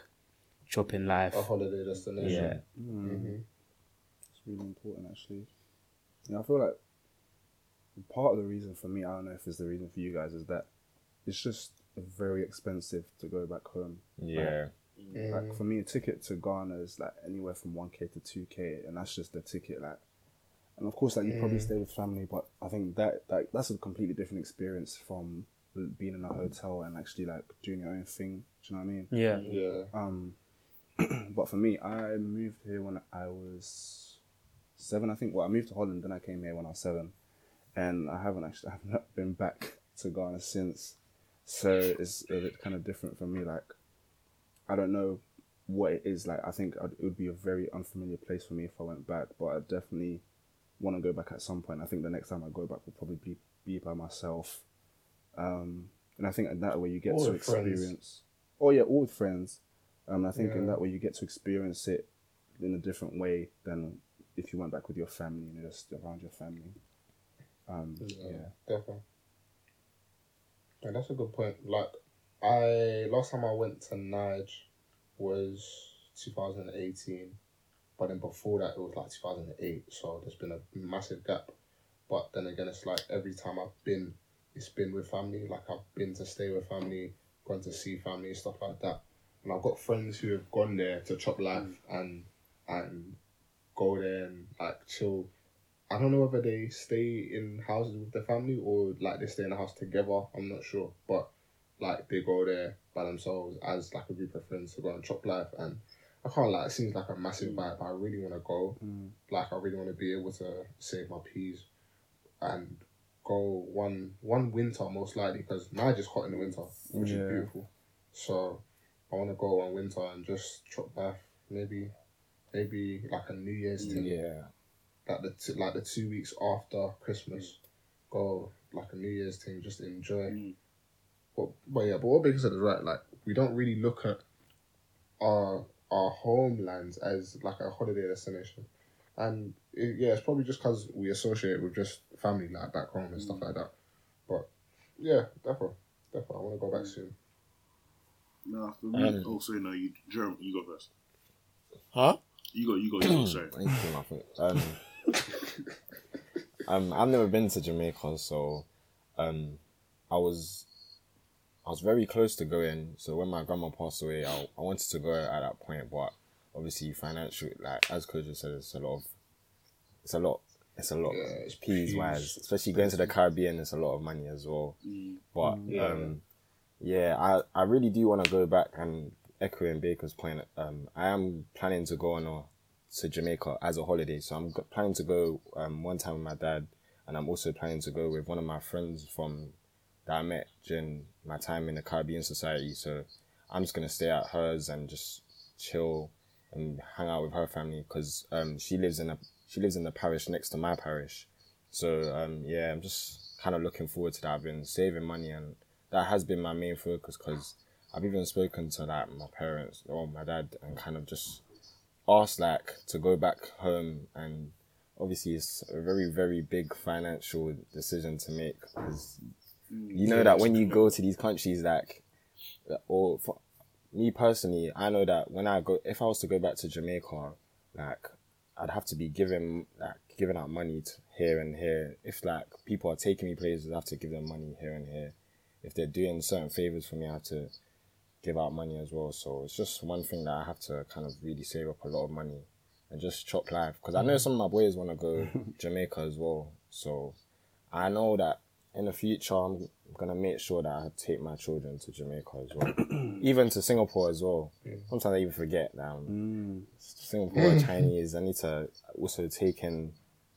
chopping life. A holiday destination. yeah, It's really important, actually. And I feel like part of the reason for me, I don't know if it's the reason for you guys, is that it's just very expensive to go back home. Yeah. Mm. Like for me, a ticket to Ghana is like anywhere from one k to two k, and that's just the ticket. Like, and of course, like you probably stay with family, but I think that like that's a completely different experience from being in a hotel and actually like doing your own thing. Do you know what I mean? yeah, Yeah. Um, but for me, I moved here when I was seven, I think. Well, I moved to Holland, then I came here when I was seven, and I haven't actually, I have not been back to Ghana since. So it's a bit kind of different for me. Like, I don't know what it is like. I think I'd, it would be a very unfamiliar place for me if I went back, but I definitely want to go back at some point. I think the next time I go back will probably be, be by myself. Um, and I think in that way you get Or to with friends. experience. Oh yeah, all with friends. Um, I think in that way you get to experience it in a different way than if you went back with your family and just around your family. Um, yeah. Definitely. Yeah, that's a good point. Like, I last time I went to Nige was 2018, but then before that it was like 2008. So there's been a massive gap. But then again, it's like every time I've been, it's been with family. Like I've been to stay with family, gone to see family, stuff like that. And I've got friends who have gone there to chop life Mm. and and go there and like chill. I don't know whether they stay in houses with their family or like they stay in the house together. I'm not sure, but like they go there by themselves as like a group of friends to go and chop life. And I can't like it seems like a massive vibe. I really want to go. Mm. Like I really want to be able to save my peas and go one one winter most likely because now just hot in the winter, which Yeah. is beautiful. So I want to go one winter and just chop life. Maybe maybe like a New Year's thing Yeah. like the t- like the two weeks after Christmas, go like a New Year's thing, just enjoy. Mm. But but yeah, but what Baker said is right. Like we don't really look at our our homelands as like a holiday destination, and it, yeah, it's probably just because we associate with just family like back home and stuff like that. But yeah, definitely, definitely, I want to go back soon. No, for me, also, no, you, Jeremy, you go first. Huh? You go, you go, you go, sorry. Thank you, nothing. Um, um, I've never been to Jamaica, so um, I was I was very close to going. So when my grandma passed away, I, I wanted to go at that point, but obviously financial, like as Kojo said, it's a lot. Of, it's a lot. It's a lot. Yeah, it's P's huge. wise, especially going to the Caribbean, it's a lot of money as well. Mm, But Yeah. um, yeah, I, I really do want to go back and echoing Baker's point. Um, I am planning to go on a, to Jamaica as a holiday, so I'm g- planning to go um, one time with my dad, and I'm also planning to go with one of my friends from that I met during my time in the Caribbean Society. So I'm just gonna stay at hers and just chill and hang out with her family because um, she lives in a she lives in the parish next to my parish. So um, yeah, I'm just kind of looking forward to that. I've been saving money, and that has been my main focus because I've even spoken to like my parents or my dad, and kind of just asked like to go back home. And obviously, it's a very very big financial decision to make because mm, you know that when you go to these countries, like or for me personally, I know that when I go, if I was to go back to Jamaica, like I'd have to be given like giving out money to here and here. If like people are taking me places, I have to give them money here and here. If they're doing certain favors for me, I have to give out money as well. So it's just one thing that I have to kind of really save up a lot of money and just chop life. Because I know some of my boys want to go Jamaica as well. So I know that in the future I'm gonna make sure that I take my children to Jamaica as well, even to Singapore as well. Sometimes I even forget that Mm. I'm Singapore Chinese. I need to also take in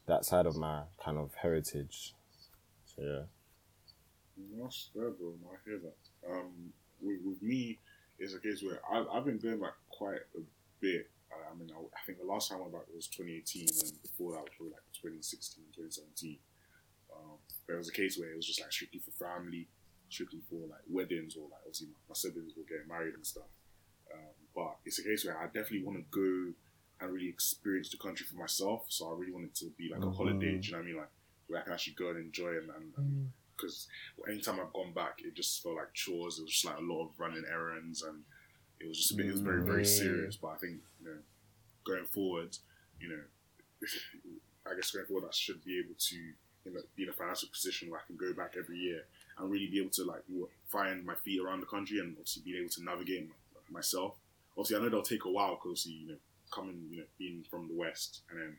that side of my kind of heritage. So yeah. That's that, bro. I hear that. Um, with, with me, it's a case where I've, I've been going back quite a bit. I, I mean, I, I think the last time I went back was 2018, and before that was probably like 2016, 2017. Um, but it was a case where it was just like strictly for family, strictly for like weddings or like obviously my, my siblings were getting married and stuff. Um, but it's a case where I definitely want to go and really experience the country for myself. So I really want it to be like a holiday. Do you know what I mean? Like where I can actually go and enjoy and and because anytime I've gone back, it just felt like chores. It was just like a lot of running errands and it was just a bit. It was very very serious. But I think you know going forward, you know, I guess going forward, I should be able to you know, be in a financial position where I can go back every year and really be able to like w- find my feet around the country and obviously be able to navigate my, myself. Obviously, I know that'll take a while because you know coming you know being from the west and then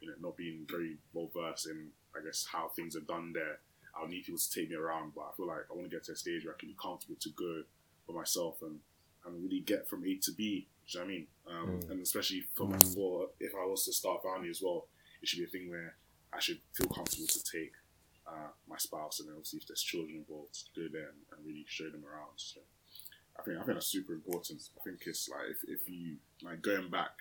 you know not being very well versed in I guess how things are done there. I'll need people to take me around, but I feel like I want to get to a stage where I can be comfortable to go for myself and and really get from A to B. Do you know what I mean? Um, And especially for my for if I was to start family as well, it should be a thing where I should feel comfortable to take uh, my spouse and then obviously if there's children involved, to go there and, and really show them around. So I think I think that's super important. I think it's like if, if you like going back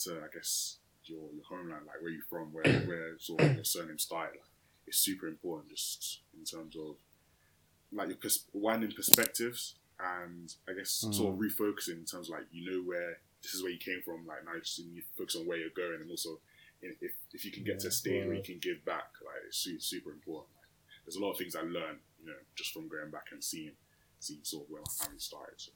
to I guess your, your homeland, like where you're from, where where sort of your surname started, like, it's super important just in terms of like your pers- widening perspectives and I guess sort of refocusing in terms of like you know where this is where you came from. Like now you just need to focus on where you're going and also in- if, if you can get to a stage where you can give back, like it's su- super important. Like, there's a lot of things I learned, you know, just from going back and seeing seeing sort of where my family started. So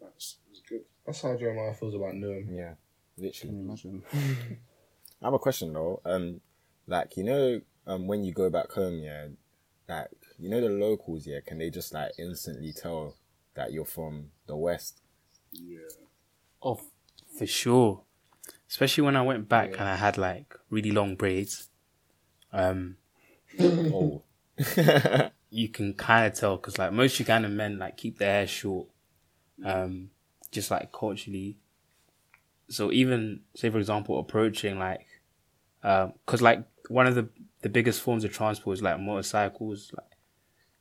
that's, that's good. That's how Jeremiah feels about Newham. Yeah, literally. Can you imagine? I have a question though. Um, like you know, um, when you go back home, yeah, like you know the locals, yeah, can they just like instantly tell that you're from the west? Yeah. Oh, for sure. Especially when I went back and I had like really long braids. Um, oh, you can kind of tell because like most Ugandan men like keep their hair short, um, just like culturally. So even say for example approaching like, because like one of the the biggest forms of transport is like motorcycles, like,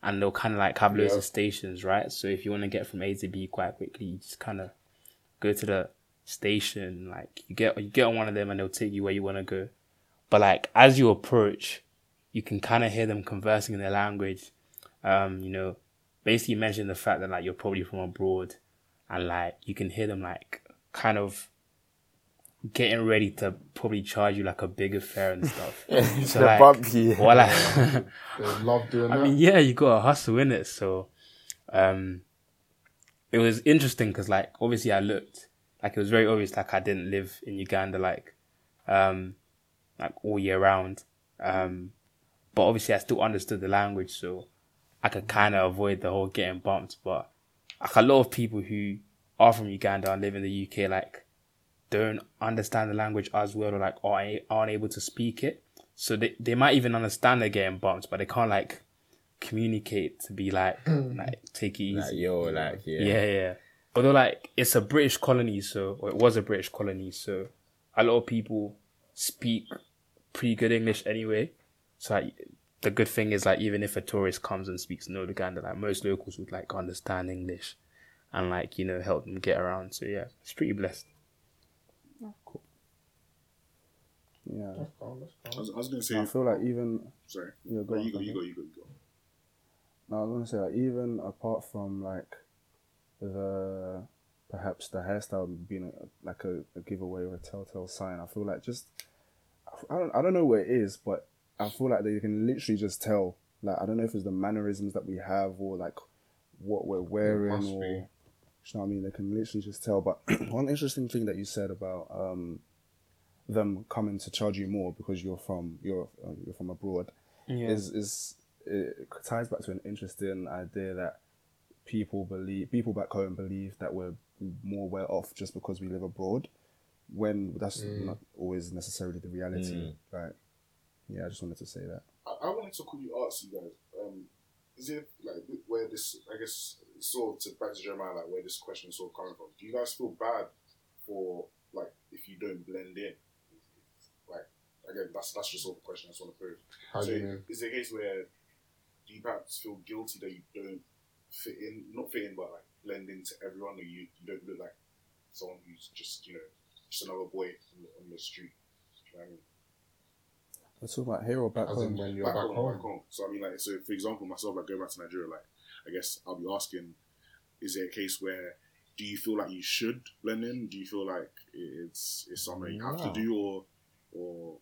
and they'll kind of like have loads Yeah. of stations, right? So if you want to get from A to B quite quickly, you just kind of go to the station, like you get you get on one of them and they'll take you where you want to go. But like as you approach, you can kind of hear them conversing in their language um, you know, basically mentioning the fact that like you're probably from abroad and like you can hear them like kind of getting ready to probably charge you like a bigger fare and stuff. so They're like, bumpy. well, like, They love doing I that. mean, yeah, you got to hustle in it. So, um, it was interesting because, like, obviously, I looked like it was very obvious. Like, I didn't live in Uganda like, um, like all year round. Um, but obviously, I still understood the language, so I could kind of avoid the whole getting bumped. But like a lot of people who are from Uganda and live in the UK, like, don't understand the language as well, or like aren't aren't able to speak it. So they, they might even understand they're getting bumped, but they can't like communicate to be like like take it easy. like yo, like yeah. yeah. yeah, Although like it's a British colony, so or it was a British colony, so a lot of people speak pretty good English anyway. So like the good thing is like even if a tourist comes and speaks no Luganda, like most locals would like understand English and like, you know, help them get around. So yeah, it's pretty blessed. Yeah. I was, I was gonna say I feel like even sorry. Yeah, go No, on, you go, go on, you go go, you go, you go. No, I was gonna say like even apart from like the perhaps the hairstyle being a, like a, a giveaway or a telltale sign, I feel like just I don't I don't know what it is, but I feel like they can literally just tell. Like I don't know if it's the mannerisms that we have or like what we're wearing must or be. you know what I mean. They can literally just tell. But one interesting thing that you said about um them coming to charge you more because you're from you're uh, you're from abroad is is it ties back to an interesting idea that people believe people back home believe that we're more well off just because we live abroad when that's Mm. not always necessarily the reality right yeah i just wanted to say that I, I wanted to call you artsy, guys. Um, is it like th- where this? I guess sort of to back to Jeremiah, like where this question is sort of coming from. Do you guys feel bad for like if you don't blend in? Like again, that's that's just sort of the question I just want to pose. How so do you mean? is there a case where do you perhaps feel guilty that you don't fit in, not fit in, but like blend into everyone, or you, you don't look like someone who's just you know just another boy on the, on the street? Do you know what I mean? we're talking about here or back As in home when you're back, back, home, home. back home. So I mean, like, so for example, myself, like going back to Nigeria, like, I guess I'll be asking, is there a case where do you feel like you should blend in? Do you feel like it's it's something you have to No. do, or or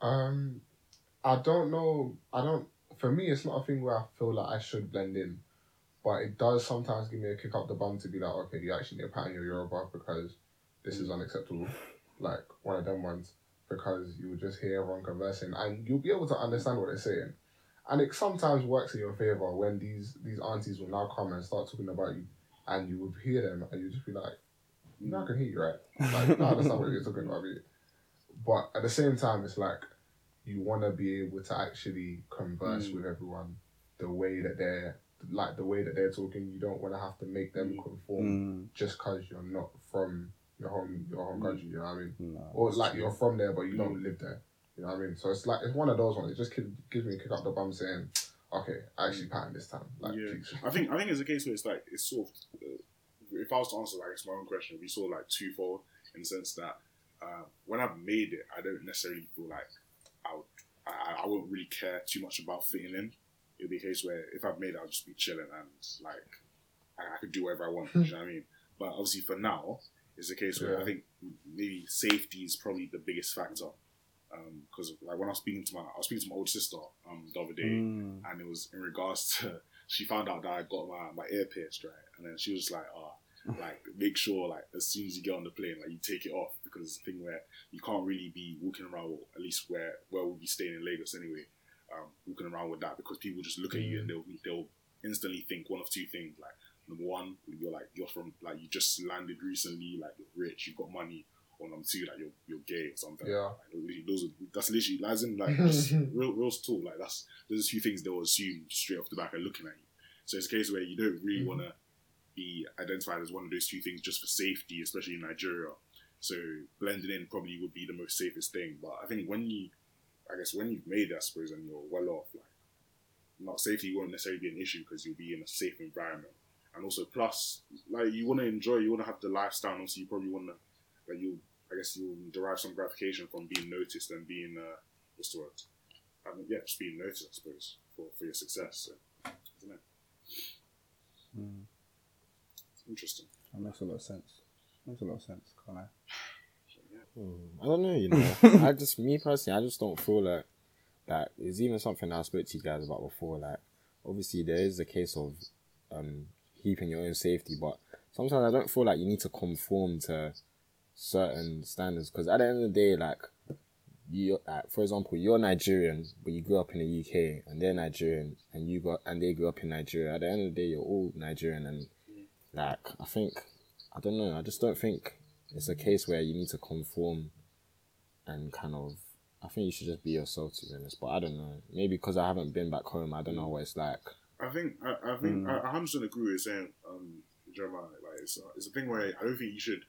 Um, I don't know. I don't. For me, it's not a thing where I feel like I should blend in, but it does sometimes give me a kick up the bum to be like, okay, you actually need to pattern your Yoruba because this is unacceptable. Like one of them ones because you will just hear everyone conversing and you'll be able to understand what they're saying. And it sometimes works in your favor when these these aunties will now come and start talking about you, and you would hear them and you just be like, you know, I can hear you, right? Like, no, that's not what you're talking about. mate." But at the same time, it's like you want to be able to actually converse Mm. with everyone the way that they're like the way that they're talking. You don't want to have to make them conform Mm, just because you're not from your home your Mm. home country. You know what I mean? no. Or like you're from there, but you don't live there. You know what I mean? So it's like it's one of those ones. It just gi- gives me a kick up the bum saying, "Okay, I actually patterned this time." Like, Mm. Yeah. please. I think I think it's a case where it's like it's sort of uh, if I was to answer like it's my own question, we sort of like twofold in the sense that uh, when I've made it, I don't necessarily feel like I would, I, I won't really care too much about fitting in. It'll be a case where if I've made it, I'll just be chilling and like I, I could do whatever I want. do you know what I mean? But obviously for now, it's a case where Yeah. I think maybe safety is probably the biggest factor. Because like when I was speaking to my I was speaking to my old sister um, the other day Mm, and it was in regards to she found out that I got my, my ear pierced, right? And then she was just like, oh, like make sure like as soon as you get on the plane, like you take it off because it's a thing where you can't really be walking around or at least where where we'll be staying in Lagos anyway, um, walking around with that because people just look at you and they'll they'll instantly think one of two things. Like number one, you're like you're from like you just landed recently, like you're rich, you've got money, or number two, like you're you're gay or something. Yeah. Like, literally, those are, that's literally that's in like just real real talk. Like that's there's a few things they'll assume straight off the back of looking at you. So it's a case where you don't really want to be identified as one of those two things just for safety, especially in Nigeria. So blending in probably would be the most safest thing. But I think when you, I guess when you've made it, I suppose, and you're well off, like not safety won't necessarily be an issue because you'll be in a safe environment. And also, plus, like you want to enjoy, you want to have the lifestyle. and Also, you probably want to, like you, I guess you'll derive some gratification from being noticed and being, uh, what's the word? I mean, yeah, just being noticed, I suppose, for, for your success. So, isn't it? mm. Interesting. that makes a lot of sense makes a lot of sense can't i Hmm, I don't know, you know. I just, me personally, I just don't feel like that is even something I spoke to you guys about before. Like, obviously, there is a case of um, heaping your own safety, but sometimes I don't feel like you need to conform to certain standards because at the end of the day, like, you, like, for example, you're Nigerian, but you grew up in the UK, and they're Nigerian, and you got and they grew up in Nigeria. At the end of the day, you're all Nigerian, and like, I think, I don't know, I just don't think it's a case where you need to conform and kind of I think you should just be yourself to be honest. But I don't know. Maybe because I haven't been back home, I don't know what it's like. I think I, I think I I hundred percent agree with you saying um, Jeremiah. Like it's a, it's a thing where I don't think you should.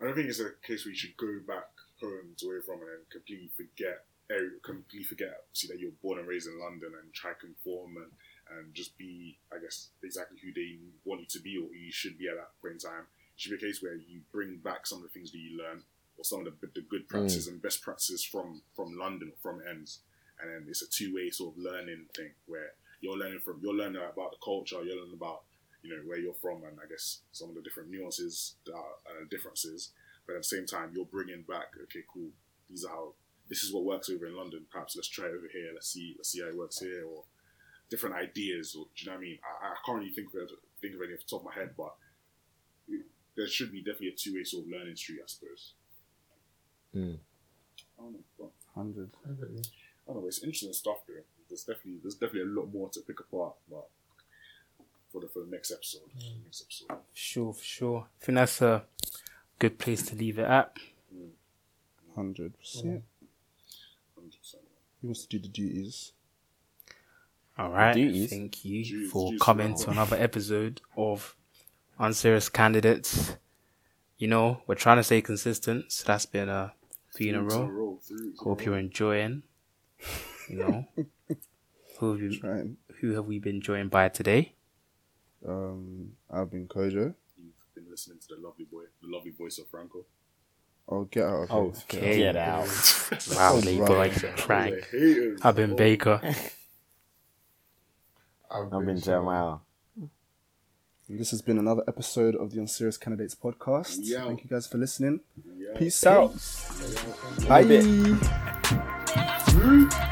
I don't think it's a case where you should go back home to where you're from and then completely forget, area- completely forget, see that you're born and raised in London and try to conform and, and just be, I guess, exactly who they want you to be or who you should be at that point in time. It should be a case where you bring back some of the things that you learn or some of the, the good practices and best practices from from London or from ends, and then it's a two way sort of learning thing where you're learning from you're learning about the culture, you're learning about you know where you're from, and I guess some of the different nuances, that are, uh, differences. But at the same time, you're bringing back okay, cool. These are how this is what works over in London. Perhaps let's try it over here. Let's see let's see how it works here or different ideas. Or do you know what I mean? I, I can't really think of it, think of any off the top of my head, but there should be definitely a two way sort of learning street, I suppose. Hmm. Mm. I don't know. Well, Hundred. I don't know. It's interesting stuff there. There's definitely there's definitely a lot more to pick apart, but for the for the next episode, next episode. Sure, for sure. I think that's a good place to leave it at. Hundred percent. 100%. He wants to do the duties. All right. Duties. Thank you Duties, for duties, coming no. to another episode of Unserious Candidates. You know, we're trying to stay consistent, so that's been a few in a Three row. three in a Hope you're row. enjoying. You know, who have, you, Trying. who have we been joined by today? Um, I've been Kojo. You've been listening to the lovely boy, the lovely voice of Franco. I'll get out of Oh, here. Okay. Get out. Wow, boy, right. prank. He's a hater. I've been Oh, Baker. I've been Jeremiah. This has been another episode of the Unserious Candidates podcast. Yeah. Thank you guys for listening. yeah. Peace out. Bye. Bye.